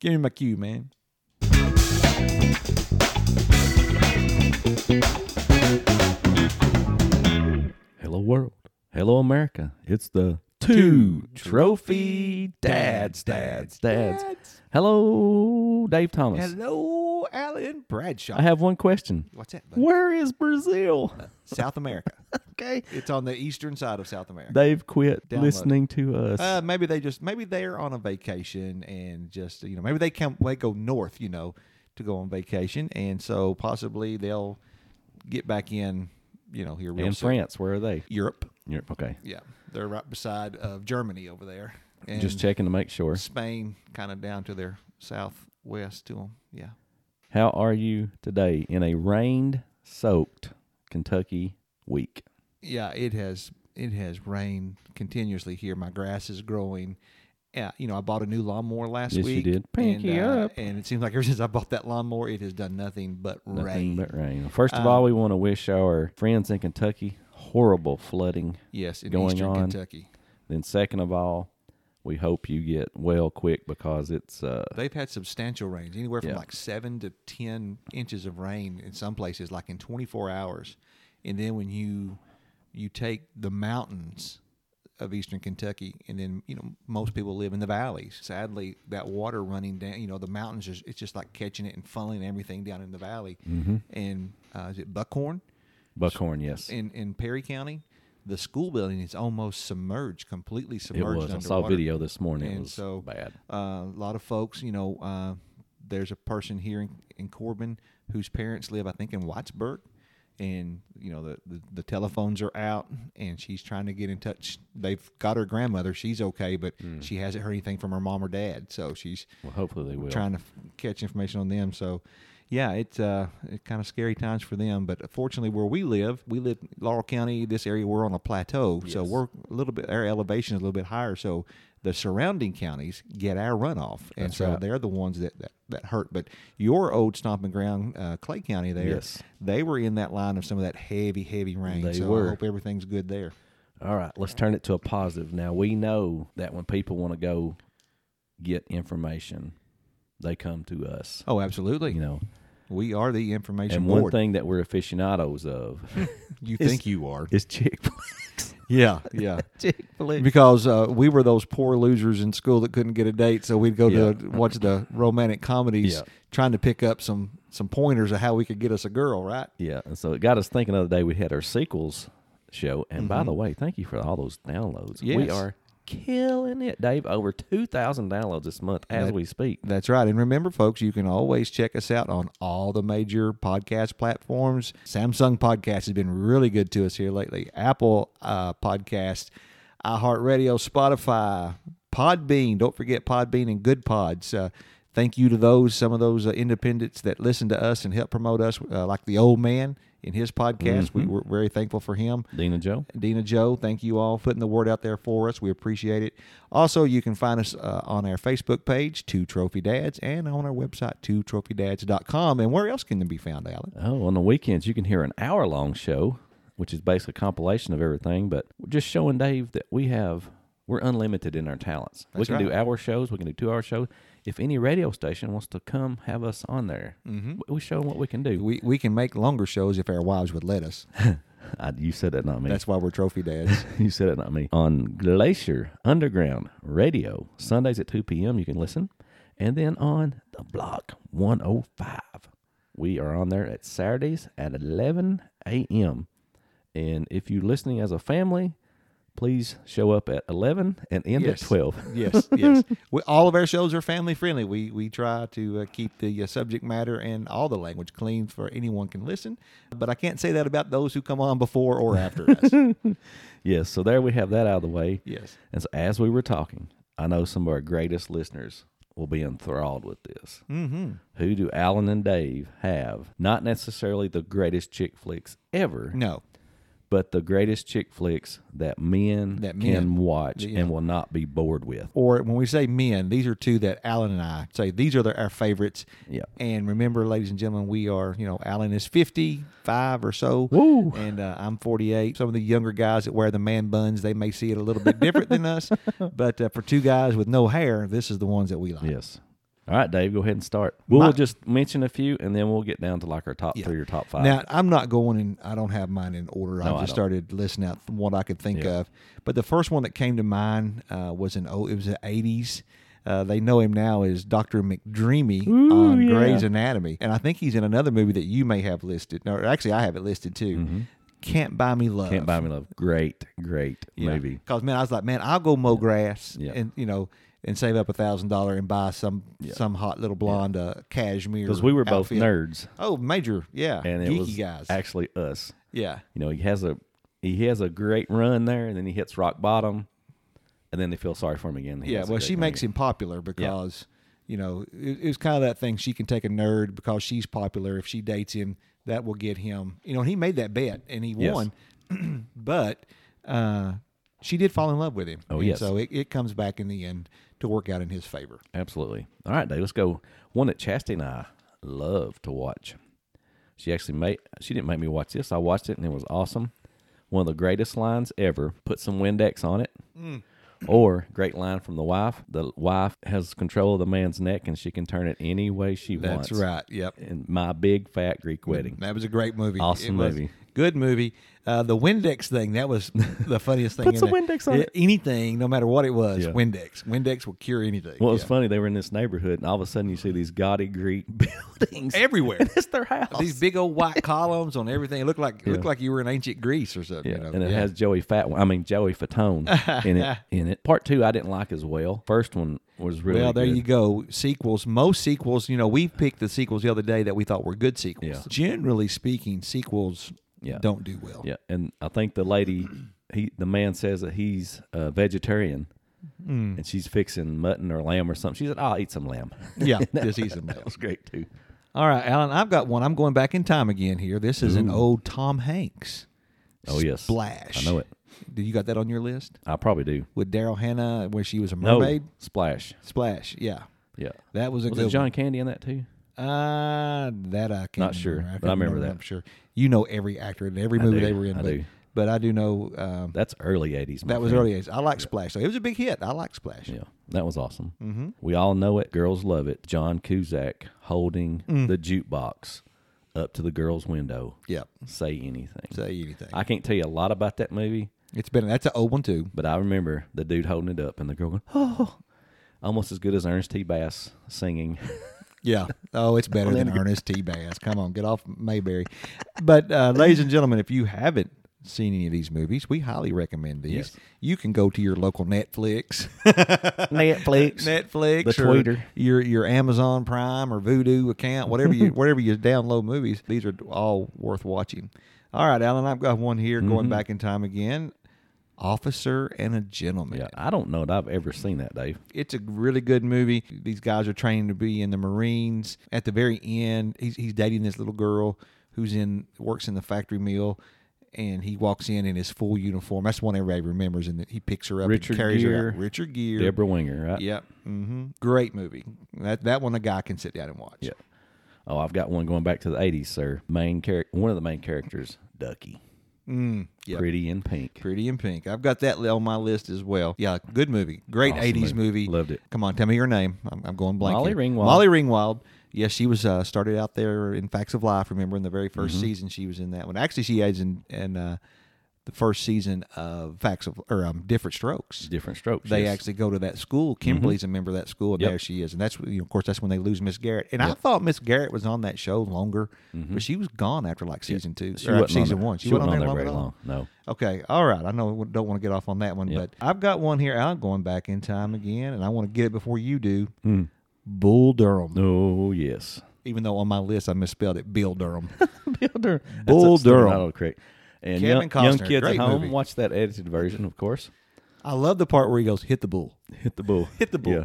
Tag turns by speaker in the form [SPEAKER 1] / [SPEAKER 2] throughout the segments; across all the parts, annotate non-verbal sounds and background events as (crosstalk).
[SPEAKER 1] Give me my cue, man.
[SPEAKER 2] Hello, world. Hello, America. It's the
[SPEAKER 1] Two
[SPEAKER 2] two trophy dads, dads, dads.
[SPEAKER 1] Dads.
[SPEAKER 2] Hello, Dave Thomas.
[SPEAKER 1] Hello, Alan Bradshaw.
[SPEAKER 2] I have one question.
[SPEAKER 1] (laughs) What's that? bud?
[SPEAKER 2] Where is Brazil?
[SPEAKER 1] South America.
[SPEAKER 2] Okay.
[SPEAKER 1] It's on the eastern side of South America.
[SPEAKER 2] They've quit
[SPEAKER 1] Download.
[SPEAKER 2] listening to us.
[SPEAKER 1] Uh, maybe they just maybe they're on a vacation and just you know maybe they come they go north you know to go on vacation and so possibly they'll get back in you know here real
[SPEAKER 2] in
[SPEAKER 1] soon.
[SPEAKER 2] France, where are they?
[SPEAKER 1] Europe
[SPEAKER 2] Europe. Okay.
[SPEAKER 1] yeah they're right beside of Germany over there and
[SPEAKER 2] Just checking to make sure.
[SPEAKER 1] Spain kind of down to their southwest to them yeah
[SPEAKER 2] How are you today in a rained, soaked Kentucky week?
[SPEAKER 1] yeah it has it has rained continuously here my grass is growing yeah you know i bought a new lawnmower last
[SPEAKER 2] Yes, you
[SPEAKER 1] week
[SPEAKER 2] did. Pinky
[SPEAKER 1] and, uh,
[SPEAKER 2] up.
[SPEAKER 1] and it seems like ever (laughs) since i bought that lawnmower it has done nothing but rain Uh,
[SPEAKER 2] Nothing but rain. First of all, we want to wish our friends in Kentucky horrible flooding.
[SPEAKER 1] yes in
[SPEAKER 2] going
[SPEAKER 1] eastern
[SPEAKER 2] on.
[SPEAKER 1] kentucky
[SPEAKER 2] Then, second of all, we hope you get well quick because it's uh,
[SPEAKER 1] they've had substantial rains anywhere from
[SPEAKER 2] Yeah.
[SPEAKER 1] like 7 to 10 inches of rain in some places like in 24 hours and then when you you take the mountains of eastern kentucky and then you know most people live in the valleys sadly that water running down you know the mountains is it's just like catching it and funneling everything down in the valley and uh, is it buckhorn
[SPEAKER 2] buckhorn. Mm-hmm. Yes,
[SPEAKER 1] in in perry county the school building is almost submerged completely
[SPEAKER 2] it
[SPEAKER 1] submerged
[SPEAKER 2] was. I saw a
[SPEAKER 1] underwater.
[SPEAKER 2] video this morning. it
[SPEAKER 1] And
[SPEAKER 2] was
[SPEAKER 1] so-
[SPEAKER 2] bad.
[SPEAKER 1] Uh, a lot of folks, you know, uh, there's a person here in, in Corbin whose parents live, I think, in Wattsburg. And, you know, the, the, the telephones are out and she's trying to get in touch. They've got her grandmother. She's okay, but
[SPEAKER 2] Mm.
[SPEAKER 1] she hasn't heard anything from her mom or dad. So she's
[SPEAKER 2] Well, hopefully they will.
[SPEAKER 1] trying to f- catch information on them. So, yeah, it's uh, it kind of scary times for them. But fortunately, where we live, we live Laurel County, this area, we're on a plateau, so
[SPEAKER 2] Yes.
[SPEAKER 1] we're a little bit our elevation is a little bit higher. So the surrounding counties get our runoff, and
[SPEAKER 2] That's
[SPEAKER 1] so
[SPEAKER 2] right.
[SPEAKER 1] they're the ones that, that that hurt. But your old stomping ground, uh, Clay County, there,
[SPEAKER 2] Yes.
[SPEAKER 1] they were in that line of some of that heavy, heavy rain.
[SPEAKER 2] They
[SPEAKER 1] so
[SPEAKER 2] were.
[SPEAKER 1] I hope everything's good there.
[SPEAKER 2] All right, let's turn it to a positive. Now we know that when people want to go get information, they come to us.
[SPEAKER 1] Oh, absolutely.
[SPEAKER 2] You know,
[SPEAKER 1] we are the information
[SPEAKER 2] and
[SPEAKER 1] board.
[SPEAKER 2] one thing that we're aficionados of
[SPEAKER 1] (laughs) you
[SPEAKER 2] is-
[SPEAKER 1] think you
[SPEAKER 2] (laughs)
[SPEAKER 1] are?
[SPEAKER 2] is Chick Fil
[SPEAKER 1] Yeah, yeah.
[SPEAKER 2] Chick Fil A.
[SPEAKER 1] because uh, we were those poor losers in school that couldn't get a date, so we'd go to
[SPEAKER 2] Yeah.
[SPEAKER 1] watch the romantic comedies,
[SPEAKER 2] Yeah.
[SPEAKER 1] trying to pick up some some pointers of how we could get us a girl, right?
[SPEAKER 2] Yeah, and so it got us thinking. The other day we had our sequels show, and by the way, thank you for all those downloads. We
[SPEAKER 1] Mm-hmm. Yes.
[SPEAKER 2] are killing it, Dave. Over two thousand downloads this month as
[SPEAKER 1] That-
[SPEAKER 2] we speak.
[SPEAKER 1] That's right. And remember, folks, you can always check us out on all the major podcast platforms. Samsung Podcast has been really good to us here lately. Apple uh, Podcast, iHeartRadio, Spotify, Podbean. Don't forget Podbean and Good Pods. Uh, thank you to those, some of those uh, independents that listen to us and help promote us, uh, like the old man in his podcast. We were very thankful for him.
[SPEAKER 2] Dean and Joe.
[SPEAKER 1] Dina Joe, thank you all for putting the word out there for us. We appreciate it. Also, you can find us uh, on our Facebook page, Two Trophy Dads, and on our website, twotrophydads.com. And where else can they be found, Alan?
[SPEAKER 2] Oh, on the weekends you can hear an hour-long show, which is basically a compilation of everything, but we're just showing Dave that we have we're unlimited in our talents. we
[SPEAKER 1] That's
[SPEAKER 2] can do
[SPEAKER 1] right.
[SPEAKER 2] hour shows. We can do two-hour shows. If any radio station wants to come have us on there, mm-hmm. we show 'em what we can do.
[SPEAKER 1] We, we can make longer shows if our wives would let us.
[SPEAKER 2] I, you said that, not me.
[SPEAKER 1] That's why we're trophy dads.
[SPEAKER 2] (laughs) you said it, not me. On Glacier Underground Radio, Sundays at 2 p.m., you can listen. And then on the block 105, we are on there at Saturdays at 11 a.m. And if you're listening as a family, please show up at 11 and end
[SPEAKER 1] Yes.
[SPEAKER 2] at 12.
[SPEAKER 1] yes, yes. We, all of our shows are family friendly. We we try to uh, keep the uh, subject matter and all the language clean for anyone can listen. But I can't say that about those who come on before or after us.
[SPEAKER 2] (laughs) Yes, so there we have that out of the way.
[SPEAKER 1] Yes.
[SPEAKER 2] And so as we were talking, I know some of our greatest listeners will be enthralled with this.
[SPEAKER 1] Mm-hmm.
[SPEAKER 2] Who do Alan and Dave have? Not necessarily the greatest chick flicks ever,
[SPEAKER 1] No,
[SPEAKER 2] but the greatest chick flicks that men,
[SPEAKER 1] That men-
[SPEAKER 2] can watch
[SPEAKER 1] yeah.
[SPEAKER 2] and will not be bored with.
[SPEAKER 1] or when we say men, these are two that Alan and I say these are the, our favorites.
[SPEAKER 2] Yeah.
[SPEAKER 1] And remember, ladies and gentlemen, we are, you know, Alan is 55 or so.
[SPEAKER 2] Woo.
[SPEAKER 1] And uh, I'm 48. Some of the younger guys that wear the man buns, they may
[SPEAKER 2] (laughs)
[SPEAKER 1] see it a little bit different than us. But uh, for two guys with no hair, this is the ones that we like.
[SPEAKER 2] Yes. All right, Dave, go ahead and start. We'll
[SPEAKER 1] My-
[SPEAKER 2] just mention a few, and then we'll get down to like our top three or top five.
[SPEAKER 1] Now I'm not going in. I don't have mine in order.
[SPEAKER 2] No,
[SPEAKER 1] I
[SPEAKER 2] I
[SPEAKER 1] just
[SPEAKER 2] don't.
[SPEAKER 1] started listing out from what I could think of. But the first one that came to mind uh, was an oh, it was the '80s. Uh, they know him now as Doctor McDreamy on Grey's Anatomy, and I think he's in another movie that you may have listed. No, actually, I have it listed too. Can't buy me love.
[SPEAKER 2] Mm-hmm. Can't buy me love. Great, great movie.
[SPEAKER 1] Because man, I was like, man, I'll go mow grass
[SPEAKER 2] Yeah.
[SPEAKER 1] and you know and save up a thousand dollar and buy some some hot little blonde uh, cashmere.
[SPEAKER 2] Because we were both
[SPEAKER 1] outfit.
[SPEAKER 2] nerds,
[SPEAKER 1] Oh, major, yeah,
[SPEAKER 2] and it
[SPEAKER 1] geeky
[SPEAKER 2] was
[SPEAKER 1] guys,
[SPEAKER 2] actually us.
[SPEAKER 1] yeah.
[SPEAKER 2] You know, he has a he has a great run there, and then he hits rock bottom, and then they feel sorry for him again. He
[SPEAKER 1] Yeah,
[SPEAKER 2] has a
[SPEAKER 1] well,
[SPEAKER 2] great
[SPEAKER 1] she
[SPEAKER 2] run
[SPEAKER 1] makes
[SPEAKER 2] again.
[SPEAKER 1] him popular because you know it, it's kind of that thing. She can take a nerd because she's popular. If she dates him, that will get him. You know, and he made that bet and he
[SPEAKER 2] Yes.
[SPEAKER 1] won, (clears throat) but uh, she did fall in love with him.
[SPEAKER 2] Oh,
[SPEAKER 1] And
[SPEAKER 2] yes.
[SPEAKER 1] so it, it comes back in the end to work out in his favor.
[SPEAKER 2] absolutely. All right, Dave, let's go. One that Chastity and I love to watch. She actually made she didn't make me watch this. I watched it and it was awesome. One of the greatest lines ever. Put some Windex on it.
[SPEAKER 1] Mm.
[SPEAKER 2] Or great line from the wife. The wife has control of the man's neck and she can turn it any way she wants.
[SPEAKER 1] That's right. Yep.
[SPEAKER 2] And my big fat Greek wedding.
[SPEAKER 1] That was a great movie.
[SPEAKER 2] Awesome
[SPEAKER 1] It was.
[SPEAKER 2] movie.
[SPEAKER 1] Good movie. Uh, the Windex thing, that was the funniest thing.
[SPEAKER 2] (laughs) Put
[SPEAKER 1] in
[SPEAKER 2] some
[SPEAKER 1] there.
[SPEAKER 2] Windex on it.
[SPEAKER 1] Anything, no matter what it was,
[SPEAKER 2] Yeah.
[SPEAKER 1] Windex. Windex will cure anything.
[SPEAKER 2] What was
[SPEAKER 1] Yeah.
[SPEAKER 2] funny, they were in this neighborhood and all of a sudden you see these gaudy Greek (laughs) buildings.
[SPEAKER 1] Everywhere.
[SPEAKER 2] And (laughs) it's their house.
[SPEAKER 1] These big old
[SPEAKER 2] (laughs)
[SPEAKER 1] white columns on everything. It looked like it looked like you were in ancient Greece or something.
[SPEAKER 2] Yeah,
[SPEAKER 1] you know?
[SPEAKER 2] and it
[SPEAKER 1] Yeah.
[SPEAKER 2] has Joey Fat. I mean Joey Fatone
[SPEAKER 1] (laughs)
[SPEAKER 2] in it. In it, part two I didn't like as well. First one was really
[SPEAKER 1] well, there
[SPEAKER 2] good.
[SPEAKER 1] you go. Sequels. Most sequels, you know, we picked the sequels the other day that we thought were good sequels.
[SPEAKER 2] Yeah.
[SPEAKER 1] Generally speaking, sequels
[SPEAKER 2] Yeah.
[SPEAKER 1] don't do well.
[SPEAKER 2] Yeah, and I think the lady, (clears throat) he, the man says that he's a vegetarian,
[SPEAKER 1] Mm.
[SPEAKER 2] and she's fixing mutton or lamb or something. She said, "I'll eat some lamb."
[SPEAKER 1] (laughs)
[SPEAKER 2] (laughs)
[SPEAKER 1] Yeah, just eat some
[SPEAKER 2] that was great too.
[SPEAKER 1] All right, Alan, I've got one. I'm going back in time again here. This is an old Tom Hanks.
[SPEAKER 2] Oh yes,
[SPEAKER 1] Splash.
[SPEAKER 2] I know it.
[SPEAKER 1] Do you got that on your list?
[SPEAKER 2] I probably do.
[SPEAKER 1] With Daryl Hannah, where she was a
[SPEAKER 2] No
[SPEAKER 1] mermaid?
[SPEAKER 2] splash.
[SPEAKER 1] Splash, yeah.
[SPEAKER 2] Yeah,
[SPEAKER 1] That was a
[SPEAKER 2] was
[SPEAKER 1] good
[SPEAKER 2] it
[SPEAKER 1] one.
[SPEAKER 2] John Candy in that too?
[SPEAKER 1] Uh, that I can't
[SPEAKER 2] Not sure,
[SPEAKER 1] remember.
[SPEAKER 2] but I
[SPEAKER 1] can't
[SPEAKER 2] remember that.
[SPEAKER 1] I'm sure you know every actor in every movie
[SPEAKER 2] do,
[SPEAKER 1] they were in.
[SPEAKER 2] I
[SPEAKER 1] but,
[SPEAKER 2] do.
[SPEAKER 1] but I do know um,
[SPEAKER 2] That's early '80s. my
[SPEAKER 1] that was
[SPEAKER 2] friend.
[SPEAKER 1] early days. I like Splash. though. It was a big hit. I like Splash.
[SPEAKER 2] Yeah, that was awesome. Mm-hmm. We all know it. Girls love it. John Kuzak holding
[SPEAKER 1] Mm.
[SPEAKER 2] the jukebox up to the girl's window.
[SPEAKER 1] Yep.
[SPEAKER 2] Say anything.
[SPEAKER 1] Say anything.
[SPEAKER 2] I can't tell you a lot about that movie,
[SPEAKER 1] it's been that's an old one too.
[SPEAKER 2] but I remember the dude holding it up and the girl going, "Oh," almost as good as Ernest T. Bass
[SPEAKER 1] (laughs)
[SPEAKER 2] singing.
[SPEAKER 1] Yeah. Oh, it's
[SPEAKER 2] (laughs)
[SPEAKER 1] better than Ernest T. Bass. Come on, get off Mayberry. But
[SPEAKER 2] (laughs)
[SPEAKER 1] uh, ladies and gentlemen, if you haven't seen any of these movies, we highly recommend these.
[SPEAKER 2] Yes.
[SPEAKER 1] You can go to your local Netflix,
[SPEAKER 2] Netflix.
[SPEAKER 1] Netflix,
[SPEAKER 2] The
[SPEAKER 1] or
[SPEAKER 2] tweeter.
[SPEAKER 1] your your Amazon Prime or Voodoo account, whatever
[SPEAKER 2] (laughs)
[SPEAKER 1] you wherever you download movies. These are all worth watching. All right, Alan, I've got one here
[SPEAKER 2] Mm-hmm.
[SPEAKER 1] going back in time again. Officer and a Gentleman.
[SPEAKER 2] yeah, I don't know that I've ever seen that, Dave.
[SPEAKER 1] It's a really good movie. These guys are trained to be in the Marines. At the very end, he's, he's dating this little girl who's in works in the factory mill, and he walks in in his full uniform. That's one everybody remembers, and he picks her up
[SPEAKER 2] Richard
[SPEAKER 1] and carries her.
[SPEAKER 2] Gere.
[SPEAKER 1] Out. Richard Gere.
[SPEAKER 2] Deborah Winger, right?
[SPEAKER 1] Yep. hmm Great movie. That that one a guy can sit down and watch.
[SPEAKER 2] Yeah. Oh, I've got one going back to the '80s, sir. Main character, one of the main characters, Ducky,
[SPEAKER 1] Mm, yeah. Pretty.
[SPEAKER 2] pretty
[SPEAKER 1] in
[SPEAKER 2] in pink.
[SPEAKER 1] Pink. I've got that on my list as well. Yeah, good movie. Great
[SPEAKER 2] Awesome
[SPEAKER 1] 80s
[SPEAKER 2] movie.
[SPEAKER 1] movie.
[SPEAKER 2] Loved it.
[SPEAKER 1] Come on, tell me your name. I'm, I'm going blank.
[SPEAKER 2] Molly
[SPEAKER 1] here.
[SPEAKER 2] Ringwald.
[SPEAKER 1] Molly Ringwald. Yes, she was uh, started out there in Facts of Life. Remember, in the very
[SPEAKER 2] Mm-hmm.
[SPEAKER 1] 1st season, she was in that one. Actually, she is in, in uh, the first season of Facts of or um, Different Strokes.
[SPEAKER 2] Different strokes.
[SPEAKER 1] They
[SPEAKER 2] yes. Mm-hmm.
[SPEAKER 1] actually go to that school. Kimberly's a member of that school, and
[SPEAKER 2] Yep.
[SPEAKER 1] there she is. And that's you know, of course that's when they lose Miss Garrett. And I thought Miss Garrett was on that show longer, but she was gone after like season two,
[SPEAKER 2] Mm-hmm. She
[SPEAKER 1] or
[SPEAKER 2] wasn't on
[SPEAKER 1] season
[SPEAKER 2] there-
[SPEAKER 1] one.
[SPEAKER 2] She wasn't on there
[SPEAKER 1] long
[SPEAKER 2] very
[SPEAKER 1] at all.
[SPEAKER 2] long. No.
[SPEAKER 1] Okay, all right. I know we don't want to get off on that one,
[SPEAKER 2] Yep.
[SPEAKER 1] but I've got one here. I'm going back in time again, and I want to get it before you do.
[SPEAKER 2] Hmm.
[SPEAKER 1] Bull Durham.
[SPEAKER 2] Oh (laughs) yes.
[SPEAKER 1] Even though on my list I misspelled it, Bill Durham. (laughs)
[SPEAKER 2] Builder.
[SPEAKER 1] Bull Durham.
[SPEAKER 2] correct. And
[SPEAKER 1] Kevin
[SPEAKER 2] young, young
[SPEAKER 1] Costner,
[SPEAKER 2] kids
[SPEAKER 1] great
[SPEAKER 2] at home
[SPEAKER 1] movie.
[SPEAKER 2] watch that edited version, of course.
[SPEAKER 1] I love the part where he goes, "Hit the bull."
[SPEAKER 2] Hit the bull. Hit the bull.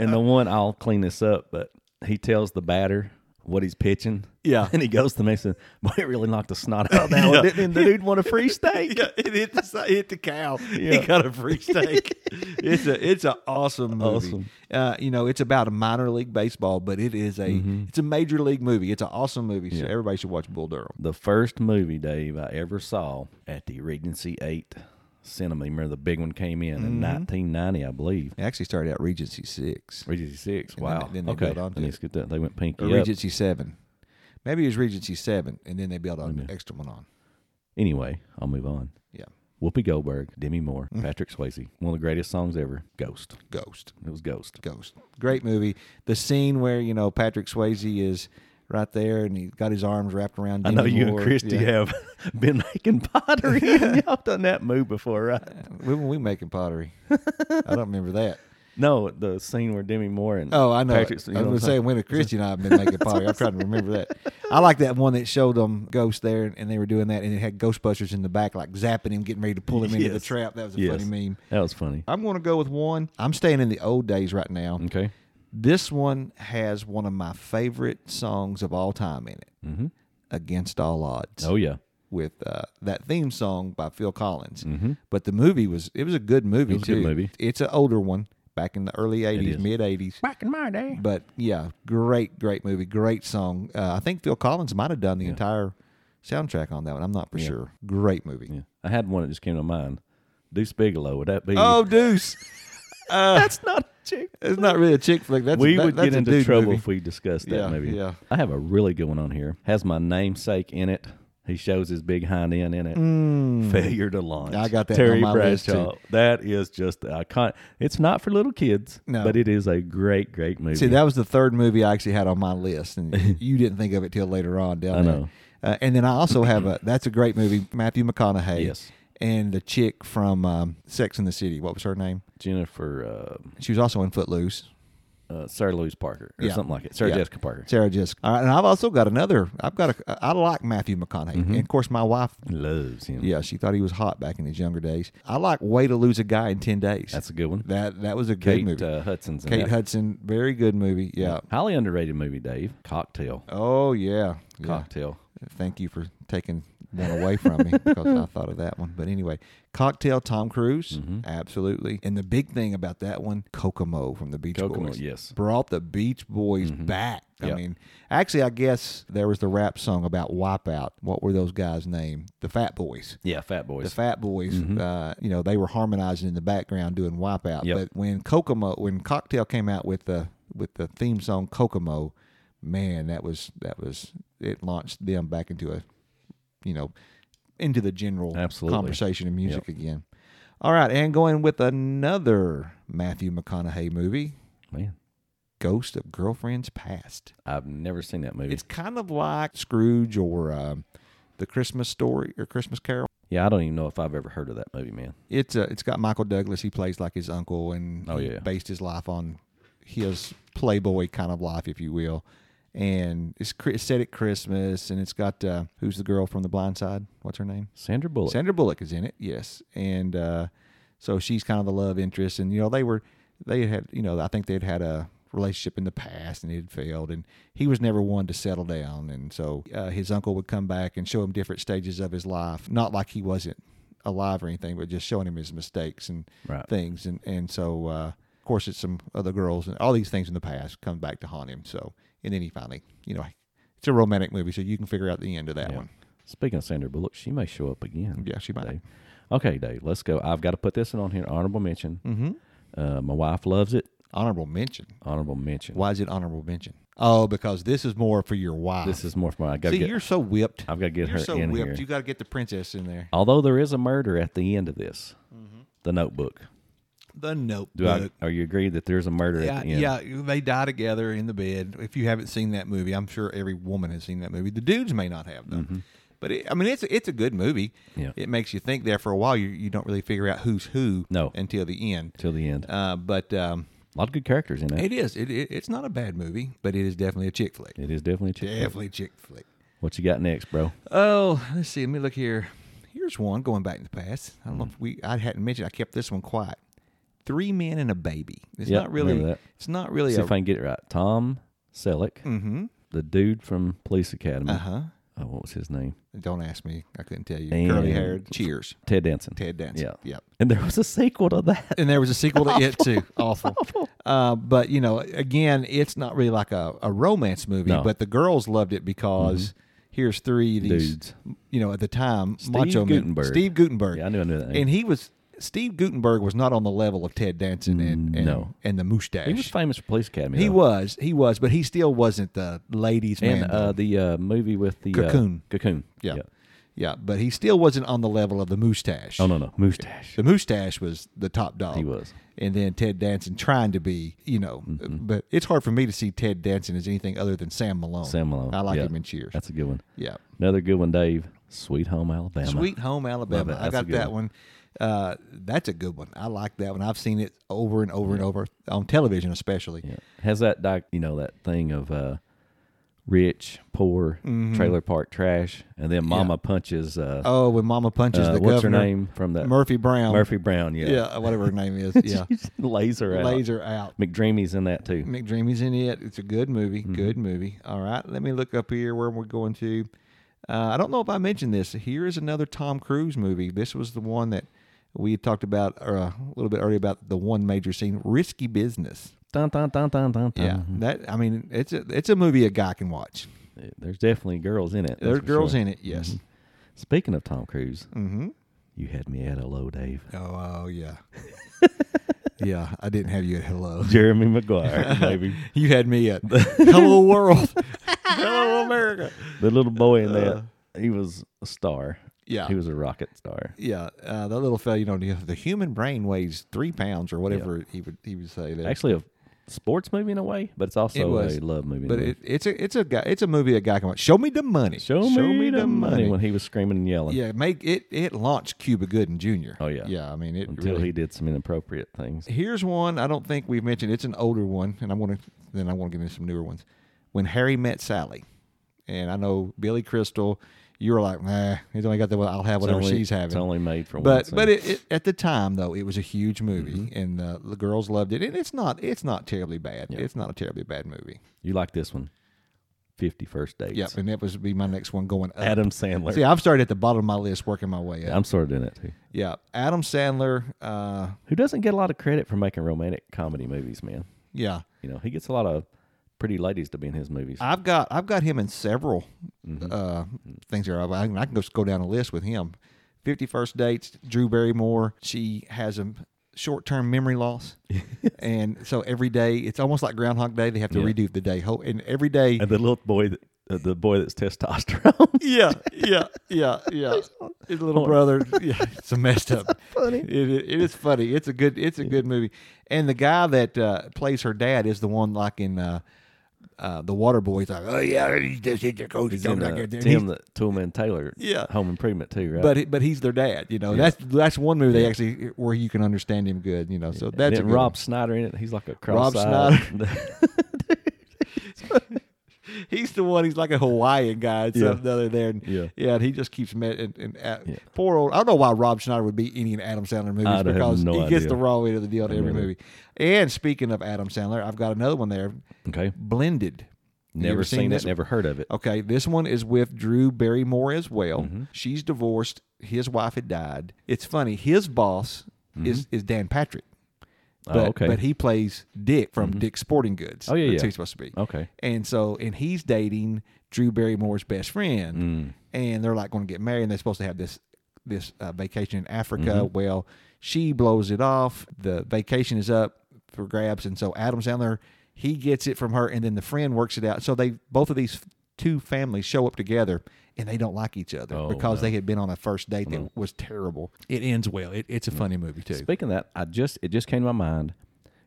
[SPEAKER 2] and the one I'll clean this up, but he tells the batter what he's pitching.
[SPEAKER 1] Yeah.
[SPEAKER 2] (laughs) And he goes to me and says, Boy, it really knocked the snot out of (laughs) that one. Didn't it?" And the dude want
[SPEAKER 1] (laughs)
[SPEAKER 2] a free steak.
[SPEAKER 1] Yeah, it
[SPEAKER 2] (laughs)
[SPEAKER 1] hit the, hit the cow.
[SPEAKER 2] Yeah.
[SPEAKER 1] He got a free
[SPEAKER 2] (laughs)
[SPEAKER 1] steak. it's a it's an awesome movie.
[SPEAKER 2] Awesome.
[SPEAKER 1] Uh, you know, it's about a minor league baseball, but it is a
[SPEAKER 2] Mm-hmm.
[SPEAKER 1] it's a major league movie. It's an awesome movie. So everybody should watch Bull Durham.
[SPEAKER 2] The first movie, Dave, I ever saw at the Regency 8 cinema. You remember the big one came in in 1990, I believe.
[SPEAKER 1] It actually started out Regency six,
[SPEAKER 2] Regency six.
[SPEAKER 1] And then-
[SPEAKER 2] Wow.
[SPEAKER 1] then they
[SPEAKER 2] okay.
[SPEAKER 1] built onto
[SPEAKER 2] Then
[SPEAKER 1] it.
[SPEAKER 2] let's get that. They went pinky
[SPEAKER 1] or
[SPEAKER 2] up.
[SPEAKER 1] Regency seven. Maybe it was Regency seven, and then they built an
[SPEAKER 2] Mm-hmm.
[SPEAKER 1] extra one on.
[SPEAKER 2] Anyway, I'll move on.
[SPEAKER 1] Yeah,
[SPEAKER 2] Whoopi Goldberg, Demi Moore,
[SPEAKER 1] Mm.
[SPEAKER 2] Patrick Swayze. One of the greatest songs ever. Ghost.
[SPEAKER 1] Ghost.
[SPEAKER 2] It was Ghost.
[SPEAKER 1] Ghost. Great movie. The scene where you know Patrick Swayze is right there, and he got his arms wrapped around.
[SPEAKER 2] I know
[SPEAKER 1] Demi
[SPEAKER 2] you
[SPEAKER 1] Moore.
[SPEAKER 2] and Christy
[SPEAKER 1] Yeah.
[SPEAKER 2] have (laughs) been making pottery.
[SPEAKER 1] (laughs)
[SPEAKER 2] and Y'all done that move before, right?
[SPEAKER 1] When were we making pottery? I don't remember that.
[SPEAKER 2] No, the scene where Demi Moore and
[SPEAKER 1] Oh, I know.
[SPEAKER 2] Patrick.
[SPEAKER 1] I
[SPEAKER 2] you know what I'm
[SPEAKER 1] was
[SPEAKER 2] saying?
[SPEAKER 1] saying when Christy and I have been
[SPEAKER 2] (laughs)
[SPEAKER 1] making pottery. I'm trying to remember that. I like that one that showed them Ghost there, and they were doing that, and it had Ghostbusters in the back, like zapping him, getting ready to pull him into the
[SPEAKER 2] Yes.
[SPEAKER 1] trap. That was a
[SPEAKER 2] Yes.
[SPEAKER 1] funny meme.
[SPEAKER 2] That was funny.
[SPEAKER 1] I'm going to go with one. I'm staying in the old days right now.
[SPEAKER 2] Okay.
[SPEAKER 1] This one has one of my favorite songs of all time in it, mm-hmm. "Against All Odds."
[SPEAKER 2] Oh yeah.
[SPEAKER 1] with uh, that theme song by Phil Collins. But the movie was it was a good movie
[SPEAKER 2] Mm-hmm. was a
[SPEAKER 1] too.
[SPEAKER 2] good movie.
[SPEAKER 1] It's an older one back in the early '80s,
[SPEAKER 2] is.
[SPEAKER 1] mid '80s.
[SPEAKER 2] Back in my day.
[SPEAKER 1] But yeah, great, great movie, great song. Uh, I think Phil Collins might have done the entire soundtrack on that one. I'm not for sure. Great movie.
[SPEAKER 2] Yeah. I had one that just came to mind. Deuce Bigelow. Would that be?
[SPEAKER 1] Oh, Deuce.
[SPEAKER 2] (laughs)
[SPEAKER 1] Uh,
[SPEAKER 2] that's not a chick.
[SPEAKER 1] It's not really a chick flick. That's
[SPEAKER 2] we
[SPEAKER 1] that-
[SPEAKER 2] would
[SPEAKER 1] that's
[SPEAKER 2] get
[SPEAKER 1] a
[SPEAKER 2] into
[SPEAKER 1] dude
[SPEAKER 2] trouble
[SPEAKER 1] movie.
[SPEAKER 2] if we discussed that
[SPEAKER 1] Yeah,
[SPEAKER 2] movie.
[SPEAKER 1] yeah.
[SPEAKER 2] I have a really good one on here. Has my namesake in it. He shows his big hind end in it. Failure to launch.
[SPEAKER 1] Mm. I got that
[SPEAKER 2] Terry
[SPEAKER 1] on my list,
[SPEAKER 2] Bradshaw. That is just the icon. It's not for little kids,
[SPEAKER 1] No.
[SPEAKER 2] but it is a great, great movie.
[SPEAKER 1] See, that was the third movie I actually had on my list, and
[SPEAKER 2] (laughs)
[SPEAKER 1] you didn't think of it till later on down
[SPEAKER 2] I
[SPEAKER 1] there.
[SPEAKER 2] know.
[SPEAKER 1] Uh, and then I also have a that's a great movie, Matthew McConaughey.
[SPEAKER 2] Yes.
[SPEAKER 1] And the chick from um, Sex in the City, what was her name?
[SPEAKER 2] Jennifer
[SPEAKER 1] She was also in Footloose.
[SPEAKER 2] uh, uh, Sarah Louise Parker or
[SPEAKER 1] Yeah.
[SPEAKER 2] something like it. Sarah
[SPEAKER 1] Yeah.
[SPEAKER 2] Jessica Parker.
[SPEAKER 1] Sarah Jessica. All right, and I've also got another. I've got a. I like Matthew McConaughey,
[SPEAKER 2] Mm-hmm.
[SPEAKER 1] and of course my wife.
[SPEAKER 2] Loves him.
[SPEAKER 1] Yeah, she thought he was hot back in his younger days. I like Way to Lose a Guy in Ten Days.
[SPEAKER 2] That's a good one.
[SPEAKER 1] that that was a good
[SPEAKER 2] Kate
[SPEAKER 1] movie.
[SPEAKER 2] uh, Hudson's in
[SPEAKER 1] Kate
[SPEAKER 2] that.
[SPEAKER 1] Hudson, very good movie. Yeah.
[SPEAKER 2] Highly underrated movie, Dave. Cocktail.
[SPEAKER 1] Oh yeah. yeah.
[SPEAKER 2] Cocktail.
[SPEAKER 1] Thank you for taking one away from me because I thought of that one. But anyway, Cocktail, Tom Cruise,
[SPEAKER 2] Mm-hmm.
[SPEAKER 1] absolutely. And the big thing about that one, Kokomo from the Beach
[SPEAKER 2] Kokomo,
[SPEAKER 1] Boys,
[SPEAKER 2] yes. Mm-hmm.
[SPEAKER 1] brought the Beach Boys back. I
[SPEAKER 2] Yep.
[SPEAKER 1] mean, actually, I guess there was the rap song about Wipeout. What were those guys' name? The Fat Boys.
[SPEAKER 2] Yeah, Fat Boys.
[SPEAKER 1] The Fat Boys, uh, you know, they were harmonizing in the background doing Wipeout.
[SPEAKER 2] Mm-hmm. Yep.
[SPEAKER 1] But when Kokomo, when Cocktail came out with the with the theme song Kokomo, man, that was that was it launched them back into a, you know, into the general
[SPEAKER 2] Absolutely.
[SPEAKER 1] conversation of music again. All right, and going with another Matthew McConaughey movie,
[SPEAKER 2] Man,
[SPEAKER 1] Ghost of Girlfriend's Past.
[SPEAKER 2] I've never seen that movie.
[SPEAKER 1] It's kind of like Scrooge or um, the Christmas Story or Christmas Carol.
[SPEAKER 2] yeah, I don't even know if I've ever heard of that movie, man.
[SPEAKER 1] It's a, it's got Michael Douglas. He plays like his uncle, and
[SPEAKER 2] Oh,
[SPEAKER 1] he
[SPEAKER 2] yeah.
[SPEAKER 1] based his life on his playboy kind of life, if you will. And it's cri- it's set at Christmas, and it's got uh, who's the girl from The Blind Side? What's her name?
[SPEAKER 2] Sandra Bullock.
[SPEAKER 1] Sandra Bullock is in it, yes. And uh, so she's kind of the love interest, and you know they were they had you know I think they'd had a relationship in the past and it had failed, and he was never one to settle down, and so uh, his uncle would come back and show him different stages of his life, not like he wasn't alive or anything, but just showing him his mistakes and
[SPEAKER 2] Right.
[SPEAKER 1] things, and and so uh, of course it's some other girls and all these things in the past come back to haunt him. So and then he finally you know. It's a romantic movie, so you can figure out the end of that one.
[SPEAKER 2] Speaking of Sandra Bullock, she may show up again.
[SPEAKER 1] Yeah, she might.
[SPEAKER 2] Dave. Okay, Dave, let's go. I've got to put this one on here. Honorable mention. Mm-hmm. Uh, my wife loves it.
[SPEAKER 1] Honorable mention.
[SPEAKER 2] Honorable mention.
[SPEAKER 1] Why is it honorable mention? Oh, because this is more for your wife.
[SPEAKER 2] This is more for my. I gotta
[SPEAKER 1] See,
[SPEAKER 2] get,
[SPEAKER 1] you're so whipped.
[SPEAKER 2] I've gotta get
[SPEAKER 1] you're
[SPEAKER 2] her
[SPEAKER 1] so
[SPEAKER 2] in
[SPEAKER 1] whipped.
[SPEAKER 2] here.
[SPEAKER 1] You got to get the princess in there.
[SPEAKER 2] Although there is a murder at the end of this, the Notebook.
[SPEAKER 1] Mm-hmm. The
[SPEAKER 2] Do
[SPEAKER 1] Notebook.
[SPEAKER 2] I? Are you agreed that there's a murder
[SPEAKER 1] yeah,
[SPEAKER 2] at the end?
[SPEAKER 1] yeah, they die together in the bed. If you haven't seen that movie, I'm sure every woman has seen that movie. The dudes may not have though. But it, I mean, it's it's a good movie.
[SPEAKER 2] Mm-hmm. Yeah.
[SPEAKER 1] It makes you think there for a while. You you don't really figure out who's who.
[SPEAKER 2] No.
[SPEAKER 1] until the end.
[SPEAKER 2] Till the end.
[SPEAKER 1] Uh, but um,
[SPEAKER 2] a lot of good characters in it.
[SPEAKER 1] it is it, it it's not a bad movie, but it is definitely a chick flick.
[SPEAKER 2] It is definitely a chick. flick.
[SPEAKER 1] Definitely a chick flick.
[SPEAKER 2] What you got next, bro?
[SPEAKER 1] Oh, let's see. Let me look here. Here's one going back in the past. I don't know
[SPEAKER 2] Mm-hmm.
[SPEAKER 1] if we I hadn't mentioned. I kept this one quiet. Three men and a baby. It's
[SPEAKER 2] Yep,
[SPEAKER 1] not really.
[SPEAKER 2] remember that.
[SPEAKER 1] It's not really
[SPEAKER 2] See
[SPEAKER 1] a.
[SPEAKER 2] if I can get it right. Tom Selleck,
[SPEAKER 1] mm-hmm.
[SPEAKER 2] the dude from Police Academy.
[SPEAKER 1] Uh huh.
[SPEAKER 2] Oh, what was his name?
[SPEAKER 1] Don't ask me. I couldn't tell you.
[SPEAKER 2] And-
[SPEAKER 1] Curly
[SPEAKER 2] (laughs)
[SPEAKER 1] haired. Cheers.
[SPEAKER 2] Ted Danson.
[SPEAKER 1] Ted Danson.
[SPEAKER 2] Yeah.
[SPEAKER 1] Yep.
[SPEAKER 2] And there was a sequel to that.
[SPEAKER 1] And there was a sequel
[SPEAKER 2] (laughs)
[SPEAKER 1] to it too. Awful. Uh, but you know, again, it's not really like a, a romance movie.
[SPEAKER 2] No. Mm-hmm.
[SPEAKER 1] But the girls loved it because here's three of these,
[SPEAKER 2] Dudes.
[SPEAKER 1] you know, at the time, macho
[SPEAKER 2] Gutenberg.
[SPEAKER 1] men. Steve Gutenberg.
[SPEAKER 2] Yeah, I knew I knew that. name.
[SPEAKER 1] And he was, Steve Gutenberg was not on the level of Ted Danson and, and,
[SPEAKER 2] Mm, No.
[SPEAKER 1] and the mustache.
[SPEAKER 2] He was famous for Police Academy.
[SPEAKER 1] He
[SPEAKER 2] though.
[SPEAKER 1] was, he was, but he still wasn't the ladies'
[SPEAKER 2] And
[SPEAKER 1] man.
[SPEAKER 2] uh, the uh, movie with the uh,
[SPEAKER 1] Cocoon.
[SPEAKER 2] cocoon.
[SPEAKER 1] yeah. yeah, but he still wasn't on the level of the mustache.
[SPEAKER 2] Oh no no mustache.
[SPEAKER 1] The mustache was the top dog.
[SPEAKER 2] He was.
[SPEAKER 1] and then Ted Danson trying to be, you know,
[SPEAKER 2] Mm-hmm.
[SPEAKER 1] but it's hard for me to see Ted Danson as anything other than Sam Malone.
[SPEAKER 2] Sam Malone.
[SPEAKER 1] I like
[SPEAKER 2] Yeah.
[SPEAKER 1] him in Cheers.
[SPEAKER 2] That's a good one.
[SPEAKER 1] yeah,
[SPEAKER 2] Another good one, Dave. Sweet Home Alabama.
[SPEAKER 1] Sweet Home Alabama.
[SPEAKER 2] Love it.
[SPEAKER 1] I
[SPEAKER 2] That's a
[SPEAKER 1] got
[SPEAKER 2] good
[SPEAKER 1] that one. Uh, that's a good one. I like that one. I've seen it over and over and over on television, especially.
[SPEAKER 2] Yeah. Has that doc, you know that thing of uh, rich, poor,
[SPEAKER 1] Mm-hmm.
[SPEAKER 2] trailer park trash, and then Mama punches. Uh,
[SPEAKER 1] Oh, when Mama punches
[SPEAKER 2] uh,
[SPEAKER 1] the
[SPEAKER 2] what's
[SPEAKER 1] governor,
[SPEAKER 2] her name from that
[SPEAKER 1] Murphy Brown.
[SPEAKER 2] Murphy Brown. Yeah.
[SPEAKER 1] yeah, whatever her name
[SPEAKER 2] (laughs)
[SPEAKER 1] is. Yeah,
[SPEAKER 2] Laser out.
[SPEAKER 1] laser out.
[SPEAKER 2] McDreamy's in that too.
[SPEAKER 1] McDreamy's in it. It's a good movie.
[SPEAKER 2] Mm-hmm.
[SPEAKER 1] Good movie. All right. Let me look up here where we're going to. Uh, I don't know if I mentioned this. Here is another Tom Cruise movie. This was the one that we had talked about uh, a little bit earlier about the one major scene, Risky Business.
[SPEAKER 2] Dun, dun, dun, dun, dun, dun.
[SPEAKER 1] Yeah, that I mean, it's a it's a movie a guy can watch.
[SPEAKER 2] There's definitely girls in it.
[SPEAKER 1] There's girls in it. Yes.
[SPEAKER 2] Speaking of Tom Cruise,
[SPEAKER 1] Mm-hmm.
[SPEAKER 2] you had me at hello, Dave. (laughs)
[SPEAKER 1] Oh, oh yeah. yeah, I didn't have you at hello. (laughs)
[SPEAKER 2] Jeremy Maguire, maybe
[SPEAKER 1] You had me
[SPEAKER 2] (laughs)
[SPEAKER 1] at hello world, hello America.
[SPEAKER 2] the little boy in that. He was a star.
[SPEAKER 1] Uh. Yeah.
[SPEAKER 2] he was a rocket star.
[SPEAKER 1] Yeah, uh, that little fella, you know, the the human brain weighs three pounds or whatever he would he would say. There.
[SPEAKER 2] Actually, a sports movie in a way, but it's
[SPEAKER 1] It
[SPEAKER 2] also
[SPEAKER 1] was.
[SPEAKER 2] a love movie. in a
[SPEAKER 1] but
[SPEAKER 2] way.
[SPEAKER 1] it, it's a it's a guy it's a movie a guy can watch. Show me the money.
[SPEAKER 2] Show me, the money. when he was screaming and yelling
[SPEAKER 1] Yeah, make it it launched Cuba Gooden Jr.
[SPEAKER 2] Oh, yeah.
[SPEAKER 1] yeah. I mean, it
[SPEAKER 2] until
[SPEAKER 1] really.
[SPEAKER 2] he did some inappropriate things.
[SPEAKER 1] Here's one I don't think we've mentioned. It's an older one, and I want to then I want to get into some newer ones. When Harry met Sally, and I know Billy Crystal, you were like, nah, he's only got the I'll have
[SPEAKER 2] It's
[SPEAKER 1] whatever
[SPEAKER 2] only-
[SPEAKER 1] she's having.
[SPEAKER 2] It's only made for one.
[SPEAKER 1] but
[SPEAKER 2] scene.
[SPEAKER 1] but it, it, at the time though it was a huge movie
[SPEAKER 2] Mm-hmm.
[SPEAKER 1] and uh, the girls loved it and it's not it's not terribly bad it's not a terribly bad movie
[SPEAKER 2] you like this one? Fifty First Dates.
[SPEAKER 1] yep and that was be my next one going up
[SPEAKER 2] Adam Sandler.
[SPEAKER 1] see I've started at the bottom of my list working my way up
[SPEAKER 2] I'm sort of doing that too.
[SPEAKER 1] yeah Adam Sandler uh
[SPEAKER 2] Who doesn't get a lot of credit for making romantic comedy movies, man?
[SPEAKER 1] yeah
[SPEAKER 2] You know, he gets a lot of pretty ladies to be in his movies.
[SPEAKER 1] I've got I've got him in several
[SPEAKER 2] Mm-hmm.
[SPEAKER 1] uh things here I, I can just go down a list with him 51st dates Drew Barrymore she has a short term memory
[SPEAKER 2] (laughs)
[SPEAKER 1] loss and so every day it's almost like Groundhog Day they have to
[SPEAKER 2] Yeah.
[SPEAKER 1] redo the day Ho- and every day
[SPEAKER 2] and the little boy, that, uh, the boy that's (laughs) testosterone.
[SPEAKER 1] Yeah, yeah, yeah, (laughs) yeah. His little brother. Yeah, (laughs) it's a messed up. funny. It, it- it is funny. It's a good. It's a good movie. And the guy that uh, plays her dad is the one like in uh, uh, the Water Boy. He's like, oh yeah, he's just hit your coach. He's
[SPEAKER 2] and,
[SPEAKER 1] like
[SPEAKER 2] uh,
[SPEAKER 1] that there."
[SPEAKER 2] Tim,
[SPEAKER 1] He's-
[SPEAKER 2] the Toolman Taylor.
[SPEAKER 1] Yeah.
[SPEAKER 2] Home Improvement too, right?
[SPEAKER 1] But he- but he's their dad. You know that's that's one movie they actually where you can understand him good. You know, so
[SPEAKER 2] and
[SPEAKER 1] that's a
[SPEAKER 2] then
[SPEAKER 1] good
[SPEAKER 2] Rob Snyder in it. He's like a
[SPEAKER 1] Rob
[SPEAKER 2] cross.
[SPEAKER 1] one. He's the one. He's like a Hawaiian guy. It's
[SPEAKER 2] Yeah.
[SPEAKER 1] something other there. And,
[SPEAKER 2] Yeah.
[SPEAKER 1] yeah. And he just keeps met and, and uh, poor old. I don't know why Rob Schneider would be any in Adam Sandler movies
[SPEAKER 2] I'd have
[SPEAKER 1] because
[SPEAKER 2] no
[SPEAKER 1] he gets
[SPEAKER 2] idea.
[SPEAKER 1] the raw end of the deal to every movie. And speaking of Adam Sandler, I've got another one there.
[SPEAKER 2] (laughs) okay.
[SPEAKER 1] Blended. You
[SPEAKER 2] Never
[SPEAKER 1] ever
[SPEAKER 2] seen,
[SPEAKER 1] this
[SPEAKER 2] it. Never heard of it.
[SPEAKER 1] Okay, this one is with Drew Barrymore as well.
[SPEAKER 2] Mm-hmm.
[SPEAKER 1] She's divorced. His wife had died. It's funny. His boss is is Dan Patrick.
[SPEAKER 2] Mm-hmm. Oh,
[SPEAKER 1] But,
[SPEAKER 2] okay.
[SPEAKER 1] But he plays Dick from Dick Sporting Goods.
[SPEAKER 2] Oh, yeah,
[SPEAKER 1] That's
[SPEAKER 2] yeah.
[SPEAKER 1] who he's supposed to be.
[SPEAKER 2] Okay.
[SPEAKER 1] And so, and he's dating Drew Barrymore's best friend, and they're like going to get married, and they're supposed to have this this uh, vacation in Africa. Well, she blows it off. The vacation is up for grabs, and so Adam Sandler he gets it from her, and then the friend works it out. So they both of these two families show up together, and they don't like each other
[SPEAKER 2] Oh,
[SPEAKER 1] because they had been on a first date that was terrible. It ends well. It, it's a funny movie too.
[SPEAKER 2] Speaking of that, I just it just came to my mind.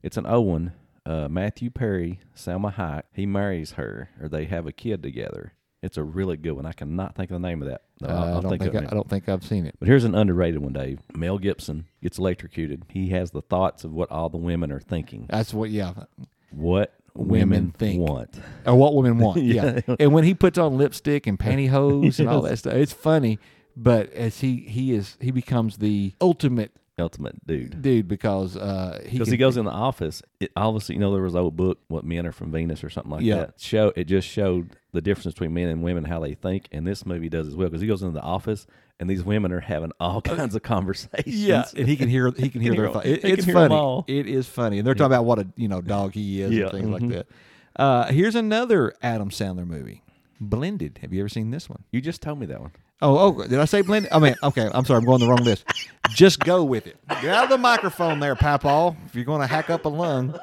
[SPEAKER 2] It's an old one. Uh, Matthew Perry, Salma Hayek. He marries her, or they have a kid together. It's a really good one. I cannot think of the name of that. No,
[SPEAKER 1] Uh,
[SPEAKER 2] I'll,
[SPEAKER 1] I
[SPEAKER 2] I'll
[SPEAKER 1] don't
[SPEAKER 2] think
[SPEAKER 1] think
[SPEAKER 2] of
[SPEAKER 1] I,
[SPEAKER 2] it.
[SPEAKER 1] I don't think I've seen it.
[SPEAKER 2] But here's an underrated one, Dave. Mel Gibson gets electrocuted. He has the thoughts of what all the women are thinking.
[SPEAKER 1] That's what. Yeah.
[SPEAKER 2] What
[SPEAKER 1] Women
[SPEAKER 2] women,
[SPEAKER 1] think.
[SPEAKER 2] want.
[SPEAKER 1] or what women want. yeah. And when he puts on lipstick and pantyhose and all that stuff, it's funny. But as he he is he becomes the ultimate
[SPEAKER 2] Ultimate dude.
[SPEAKER 1] dude because uh, he
[SPEAKER 2] Because
[SPEAKER 1] can,
[SPEAKER 2] he goes in the office, it obviously you know there was an old book, "What Men Are from Venus" or something like
[SPEAKER 1] Yeah.
[SPEAKER 2] that. Show it just showed the difference between men and women, how they think, and this movie does as well. Because he goes into the office, and these women are having all kinds of conversations.
[SPEAKER 1] Uh,
[SPEAKER 2] (laughs)
[SPEAKER 1] yeah, and he can hear he can hear
[SPEAKER 2] He
[SPEAKER 1] their
[SPEAKER 2] can
[SPEAKER 1] thoughts.
[SPEAKER 2] hear-
[SPEAKER 1] It,
[SPEAKER 2] he can (laughs)
[SPEAKER 1] it's
[SPEAKER 2] hear 'em
[SPEAKER 1] funny.
[SPEAKER 2] all.
[SPEAKER 1] It is funny, and they're talking about what a you know dog he is
[SPEAKER 2] Yeah,
[SPEAKER 1] and things like that. Uh, here's another Adam Sandler movie, Blended. Have you ever seen this one?
[SPEAKER 2] You just told me that one.
[SPEAKER 1] Oh, oh, did I say blended? I mean, okay, I'm sorry, I'm going the wrong list. Just go with it. Get out of the microphone there, Papaw. If you're going to hack up a lung,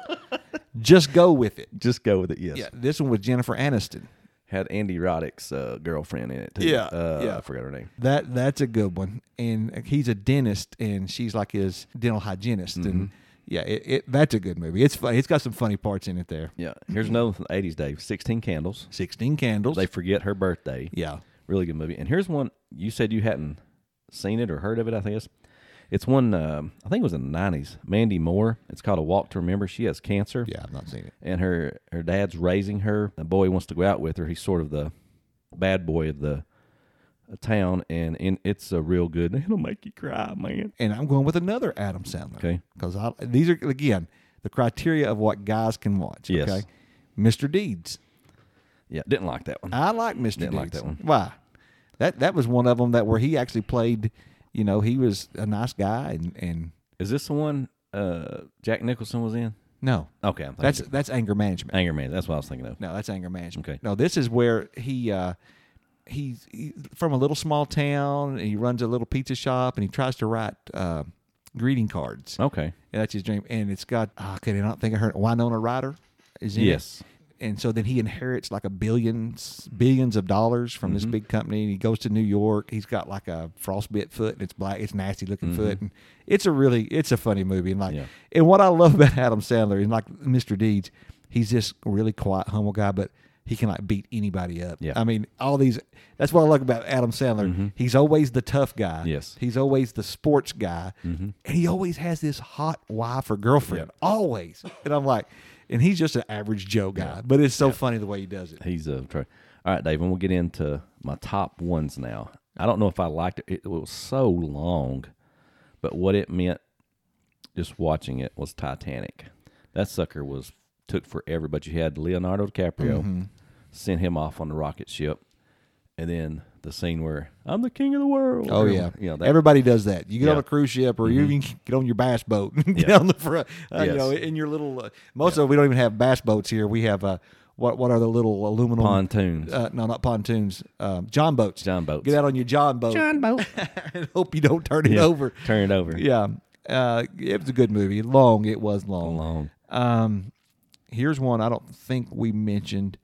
[SPEAKER 1] just go with it.
[SPEAKER 2] Just go with it. Yes.
[SPEAKER 1] Yeah, this one was Jennifer Aniston.
[SPEAKER 2] Had Andy Roddick's uh, girlfriend in it too.
[SPEAKER 1] Yeah,
[SPEAKER 2] Uh,
[SPEAKER 1] yeah.
[SPEAKER 2] I forgot her name.
[SPEAKER 1] That that's a good one. And he's a dentist, and she's like his dental hygienist. And yeah, it, it that's a good movie. It's fun. It's got some funny parts in it there.
[SPEAKER 2] Yeah. Here's another one from the 80s, Dave. 16 Candles.
[SPEAKER 1] Sixteen Candles.
[SPEAKER 2] They forget her birthday.
[SPEAKER 1] yeah.
[SPEAKER 2] Really good movie. And here's one you said you hadn't seen it or heard of it. I think it's it's one. Um, I think it was in the 90s. Mandy Moore. It's called A Walk to Remember. She has cancer.
[SPEAKER 1] Yeah, I've not seen it.
[SPEAKER 2] and her her dad's raising her. The boy wants to go out with her. He's sort of the bad boy of the uh, town, and, and it's a real good. (laughs) It'll make you cry, man.
[SPEAKER 1] And I'm going with another Adam Sandler.
[SPEAKER 2] Okay.
[SPEAKER 1] Because these are again the criteria of what guys can watch.
[SPEAKER 2] Yes.
[SPEAKER 1] Okay. Mr. Deeds.
[SPEAKER 2] Yeah, didn't like that one.
[SPEAKER 1] I like mister
[SPEAKER 2] Didn't like that one.
[SPEAKER 1] Why? That that was one of them that where he actually played. You know, he was a nice guy, and and
[SPEAKER 2] Is this the one uh, Jack Nicholson was in?
[SPEAKER 1] no,
[SPEAKER 2] Okay, I'm thinking
[SPEAKER 1] that's
[SPEAKER 2] of
[SPEAKER 1] that's anger management.
[SPEAKER 2] Anger Man. That's what I was thinking of.
[SPEAKER 1] No, that's anger management.
[SPEAKER 2] Okay.
[SPEAKER 1] No, this is where he uh, he's he, from a little small town. And he runs a little pizza shop, and he tries to write uh, greeting cards.
[SPEAKER 2] Okay,
[SPEAKER 1] And that's his dream, and it's got. Oh, could I not think of her? Winona Ryder is in it.
[SPEAKER 2] Yes.
[SPEAKER 1] And so then he inherits like a billions billions of dollars from
[SPEAKER 2] Mm-hmm.
[SPEAKER 1] this big company, and he goes to New York. He's got like a frostbit foot, and it's black, it's nasty looking foot, and it's a really it's a funny movie. And like,
[SPEAKER 2] Mm-hmm. Yeah.
[SPEAKER 1] and what I love about Adam Sandler and like Mr. Deeds, he's this really quiet, humble guy, but he can like beat anybody up.
[SPEAKER 2] Yeah. Mm-hmm.
[SPEAKER 1] I mean, all these. That's what I like about Adam Sandler. He's always the tough guy.
[SPEAKER 2] Yes. Mm-hmm.
[SPEAKER 1] He's always the sports guy, and he always has this hot wife or girlfriend. Always, and I'm like, and he's just an average Joe guy, but it's so funny the way he does it.
[SPEAKER 2] he's a. Try. All right, Dave, and we'll get into my top ones now. I don't know if I liked it. It was so long, but what it meant just watching it was Titanic. That sucker was took forever, but you had Leonardo DiCaprio
[SPEAKER 1] Mm-hmm.
[SPEAKER 2] send him off on the rocket ship, and then the scene where I'm the king of the world.
[SPEAKER 1] Oh yeah,
[SPEAKER 2] you know that,
[SPEAKER 1] everybody does that. You get on
[SPEAKER 2] Yeah. Mm-hmm.
[SPEAKER 1] a cruise ship, or you even get on your bass boat, (laughs) get
[SPEAKER 2] Yeah.
[SPEAKER 1] on the front, uh, you
[SPEAKER 2] Yes.
[SPEAKER 1] know, in your little. Uh, most of we don't even have bass boats here. We have uh, what what are the little aluminum
[SPEAKER 2] pontoons,
[SPEAKER 1] Uh, no, not pontoons. Um, john boats.
[SPEAKER 2] John boats.
[SPEAKER 1] Get out on your john boat
[SPEAKER 2] (laughs) boat.
[SPEAKER 1] and (laughs) hope you don't turn it over.
[SPEAKER 2] Turn it over.
[SPEAKER 1] Yeah, uh, it was a good movie. Long, it was long.
[SPEAKER 2] Long.
[SPEAKER 1] Um, here's one I don't think we mentioned: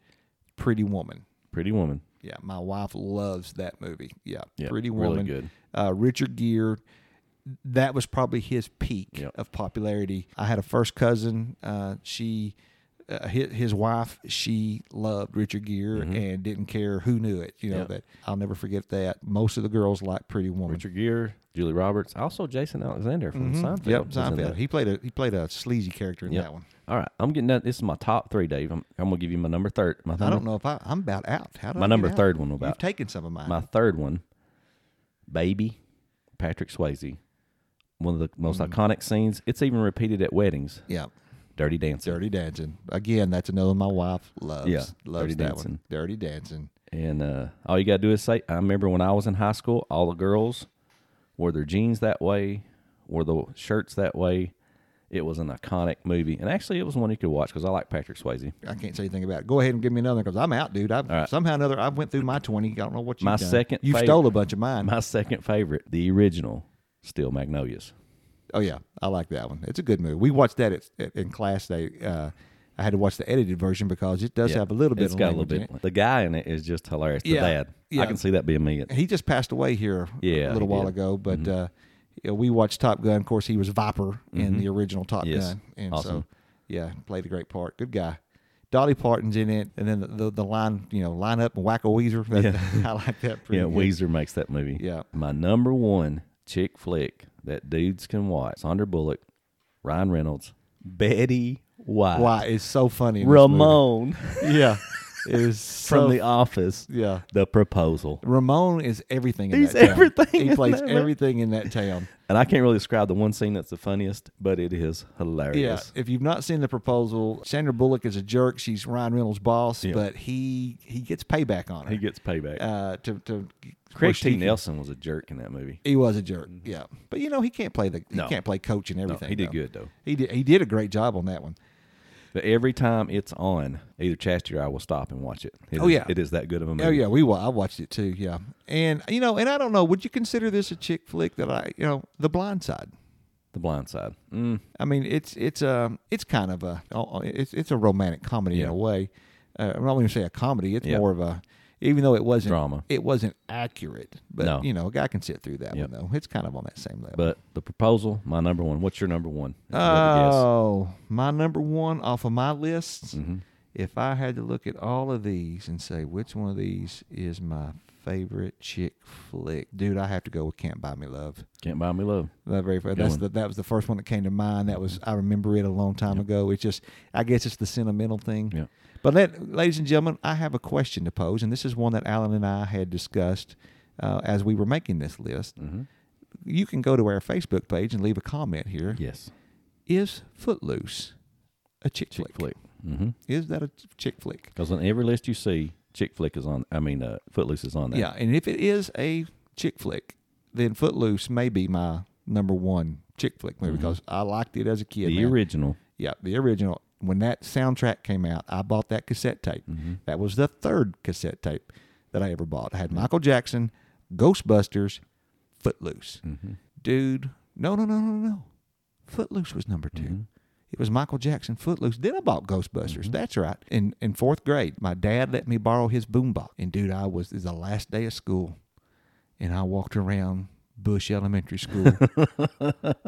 [SPEAKER 1] Pretty Woman.
[SPEAKER 2] Pretty woman.
[SPEAKER 1] Yeah, my wife loves that movie. Yeah,
[SPEAKER 2] Yeah,
[SPEAKER 1] Pretty
[SPEAKER 2] really
[SPEAKER 1] Woman.
[SPEAKER 2] good.
[SPEAKER 1] Uh, Richard Gere. That was probably his peak
[SPEAKER 2] Yep.
[SPEAKER 1] of popularity. I had a first cousin. Uh, she, uh, his, his wife, she loved Richard Gere and didn't care who knew it. You know
[SPEAKER 2] Mm-hmm. Yep.
[SPEAKER 1] that I'll never forget that. Most of the girls liked Pretty Woman.
[SPEAKER 2] Richard Gere, Julie Roberts, also Jason Alexander from Seinfeld.
[SPEAKER 1] Mm-hmm. Yep,
[SPEAKER 2] was in that.
[SPEAKER 1] Seinfeld. He played a he played a sleazy character in
[SPEAKER 2] Yep.
[SPEAKER 1] that one.
[SPEAKER 2] All right, I'm getting that. This is my top three, Dave. I'm, I'm gonna give you my number third. My
[SPEAKER 1] I don't know if I I'm about out. How did
[SPEAKER 2] Mm-hmm. My
[SPEAKER 1] I get
[SPEAKER 2] number
[SPEAKER 1] out?
[SPEAKER 2] third one about
[SPEAKER 1] You've taken some of mine.
[SPEAKER 2] my third one, baby, Patrick Swayze, one of the most
[SPEAKER 1] Hmm.
[SPEAKER 2] iconic scenes. It's even repeated at weddings.
[SPEAKER 1] yeah,
[SPEAKER 2] Dirty Dancing,
[SPEAKER 1] Dirty Dancing. Again, that's another one my wife loves.
[SPEAKER 2] Yeah,
[SPEAKER 1] loves
[SPEAKER 2] Dirty
[SPEAKER 1] that
[SPEAKER 2] Dancing.
[SPEAKER 1] one. Dirty Dancing.
[SPEAKER 2] and uh, all you gotta do is say. I remember when I was in high school, all the girls wore their jeans that way, wore the shirts that way. It was an iconic movie, and actually, it was one you could watch because I like Patrick Swayze.
[SPEAKER 1] I can't say anything about it. Go ahead and give me another because I'm out, dude. I've
[SPEAKER 2] right.
[SPEAKER 1] somehow or another I went through my twenty. I don't know what you.
[SPEAKER 2] My second
[SPEAKER 1] You
[SPEAKER 2] favorite-
[SPEAKER 1] stole a bunch of mine.
[SPEAKER 2] My second favorite, the original, Steel Magnolias.
[SPEAKER 1] oh yeah, I like that one. It's a good movie. We watched that at, at, in class. They uh, I had to watch the edited version because it does
[SPEAKER 2] Yeah.
[SPEAKER 1] have a little bit.
[SPEAKER 2] It's
[SPEAKER 1] of
[SPEAKER 2] got a little
[SPEAKER 1] language in
[SPEAKER 2] bit. The guy in it is just hilarious. The
[SPEAKER 1] Yeah,
[SPEAKER 2] dad.
[SPEAKER 1] yeah.
[SPEAKER 2] I can see that being
[SPEAKER 1] (laughs)
[SPEAKER 2] me.
[SPEAKER 1] He just passed away here
[SPEAKER 2] Yeah,
[SPEAKER 1] a little
[SPEAKER 2] he
[SPEAKER 1] while
[SPEAKER 2] did. Mm-hmm.
[SPEAKER 1] ago, but uh, yeah, we watched Top Gun. Of course, he was Viper in the original Top
[SPEAKER 2] Mm-hmm. Yes.
[SPEAKER 1] Gun, and so
[SPEAKER 2] Awesome.
[SPEAKER 1] yeah, played a great part. Good guy. Dolly Parton's in it, and then the, the, the line, you know, line up and whack a Weezer. That, (laughs) I like that. Pretty
[SPEAKER 2] Yeah,
[SPEAKER 1] good.
[SPEAKER 2] Weezer makes that movie.
[SPEAKER 1] Yeah.
[SPEAKER 2] My number one chick flick that dudes can watch. Sandra Bullock, Ryan Reynolds, Betty White,
[SPEAKER 1] Why it's so funny. in this
[SPEAKER 2] Ramon
[SPEAKER 1] movie. yeah, it is so,
[SPEAKER 2] (laughs) from The Office,
[SPEAKER 1] yeah.
[SPEAKER 2] The Proposal.
[SPEAKER 1] Ramon is everything. In
[SPEAKER 2] He's
[SPEAKER 1] that town.
[SPEAKER 2] everything
[SPEAKER 1] He
[SPEAKER 2] in
[SPEAKER 1] plays
[SPEAKER 2] that movie.
[SPEAKER 1] everything in that town.
[SPEAKER 2] And I can't really describe the one scene that's the funniest, but it is
[SPEAKER 1] Yeah,
[SPEAKER 2] hilarious.
[SPEAKER 1] if you've not seen the proposal, Sandra Bullock is a jerk. She's Ryan Reynolds' boss, but he he gets payback on her.
[SPEAKER 2] He gets payback.
[SPEAKER 1] uh, to to where
[SPEAKER 2] Craig
[SPEAKER 1] she
[SPEAKER 2] T.
[SPEAKER 1] can-
[SPEAKER 2] Nelson was a jerk in that movie.
[SPEAKER 1] He was a jerk, yeah. But you know he can't play the he
[SPEAKER 2] No.
[SPEAKER 1] can't play coach and everything.
[SPEAKER 2] he did
[SPEAKER 1] though.
[SPEAKER 2] good, though.
[SPEAKER 1] He did he did a great job on that one.
[SPEAKER 2] But every time it's on, either Chastity or I will stop and watch it. It
[SPEAKER 1] Oh,
[SPEAKER 2] is-
[SPEAKER 1] yeah.
[SPEAKER 2] it is that good of a movie.
[SPEAKER 1] Oh yeah, we wa- I watched it too. Yeah, and you know, and I don't know. Would you consider this a chick flick that I, you know, The Blind Side?
[SPEAKER 2] The Blind Side. Mm,
[SPEAKER 1] I mean, it's it's a it's kind of a oh, it's it's a romantic comedy in
[SPEAKER 2] Yeah.
[SPEAKER 1] a way. Uh, I'm not going to say a comedy. It's
[SPEAKER 2] Yeah.
[SPEAKER 1] more of a even though it wasn't
[SPEAKER 2] Drama.
[SPEAKER 1] It wasn't accurate, but
[SPEAKER 2] No.
[SPEAKER 1] you know, a guy can sit through that
[SPEAKER 2] Yep.
[SPEAKER 1] one though. It's kind of on that same level.
[SPEAKER 2] but the proposal, my number one. What's your number one? If you had to guess. Mm-hmm.
[SPEAKER 1] oh, my number one off of my list. If I had to look at all of these and say which one of these is my favorite chick flick, dude, I have to go with "Can't Buy Me Love."
[SPEAKER 2] can't buy me love.
[SPEAKER 1] That very fir- that's
[SPEAKER 2] one.
[SPEAKER 1] the, that was the first one that came to mind. That was I remember it a long time ago. It's just I guess it's the sentimental thing.
[SPEAKER 2] Yeah.
[SPEAKER 1] But let, ladies and gentlemen, I have a question to pose, and this is one that Alan and I had discussed uh, as we were making this list.
[SPEAKER 2] Mm-hmm.
[SPEAKER 1] You can go to our Facebook page and leave a comment here. Is
[SPEAKER 2] Yes.
[SPEAKER 1] Footloose a chick,
[SPEAKER 2] Chick
[SPEAKER 1] flick?
[SPEAKER 2] flick. Mm-hmm.
[SPEAKER 1] Is that a chick flick?
[SPEAKER 2] Because on every list you see, chick flick is on. I mean, uh, Footloose is on there.
[SPEAKER 1] Yeah, and if it is a chick flick, then Footloose may be my number one chick flick movie because I liked it as a kid.
[SPEAKER 2] Mm-hmm. the
[SPEAKER 1] man.
[SPEAKER 2] original.
[SPEAKER 1] Yeah, the original. When that soundtrack came out, I bought that cassette tape.
[SPEAKER 2] Mm-hmm.
[SPEAKER 1] That was the third cassette tape that I ever bought. I
[SPEAKER 2] Mm-hmm.
[SPEAKER 1] had Michael Jackson, Ghostbusters, Footloose.
[SPEAKER 2] Mm-hmm.
[SPEAKER 1] Dude, no, no, no, no, no. Footloose was number 2
[SPEAKER 2] Mm-hmm.
[SPEAKER 1] It was Michael Jackson, Footloose. Then I bought Ghostbusters. That's right. In in fourth grade, my dad let me borrow his boombox, and dude, I was, it was the last day of school, and I walked around Bush Elementary School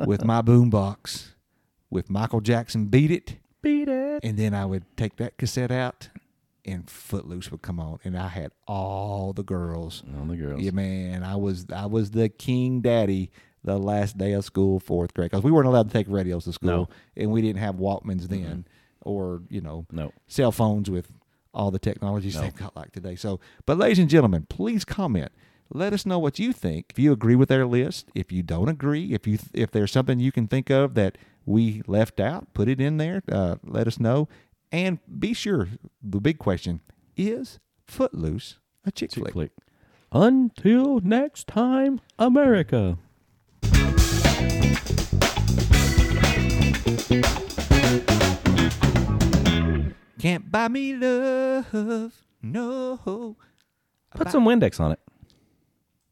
[SPEAKER 1] with my boombox with Michael Jackson beat it,
[SPEAKER 2] Beat it.
[SPEAKER 1] and then I would take that cassette out, and Footloose would come on, and I had all the girls.
[SPEAKER 2] On the girls.
[SPEAKER 1] Yeah, man, I was I was the king daddy the last day of school, fourth grade, because we weren't allowed to take radios to school,
[SPEAKER 2] No.
[SPEAKER 1] and we didn't have Walkmans then, or you know,
[SPEAKER 2] No.
[SPEAKER 1] cell phones with all the technologies they've got like today. So, but ladies and gentlemen, please comment. Let us know what you think. If you agree with their list, if you don't agree, if you if there's something you can think of that we left out, put it in there. Uh, let us know, and be sure. The big question is: Footloose a chick,
[SPEAKER 2] Chick
[SPEAKER 1] flick?
[SPEAKER 2] flick. Until next time, America.
[SPEAKER 1] Can't buy me love, no.
[SPEAKER 2] Put some Windex on it.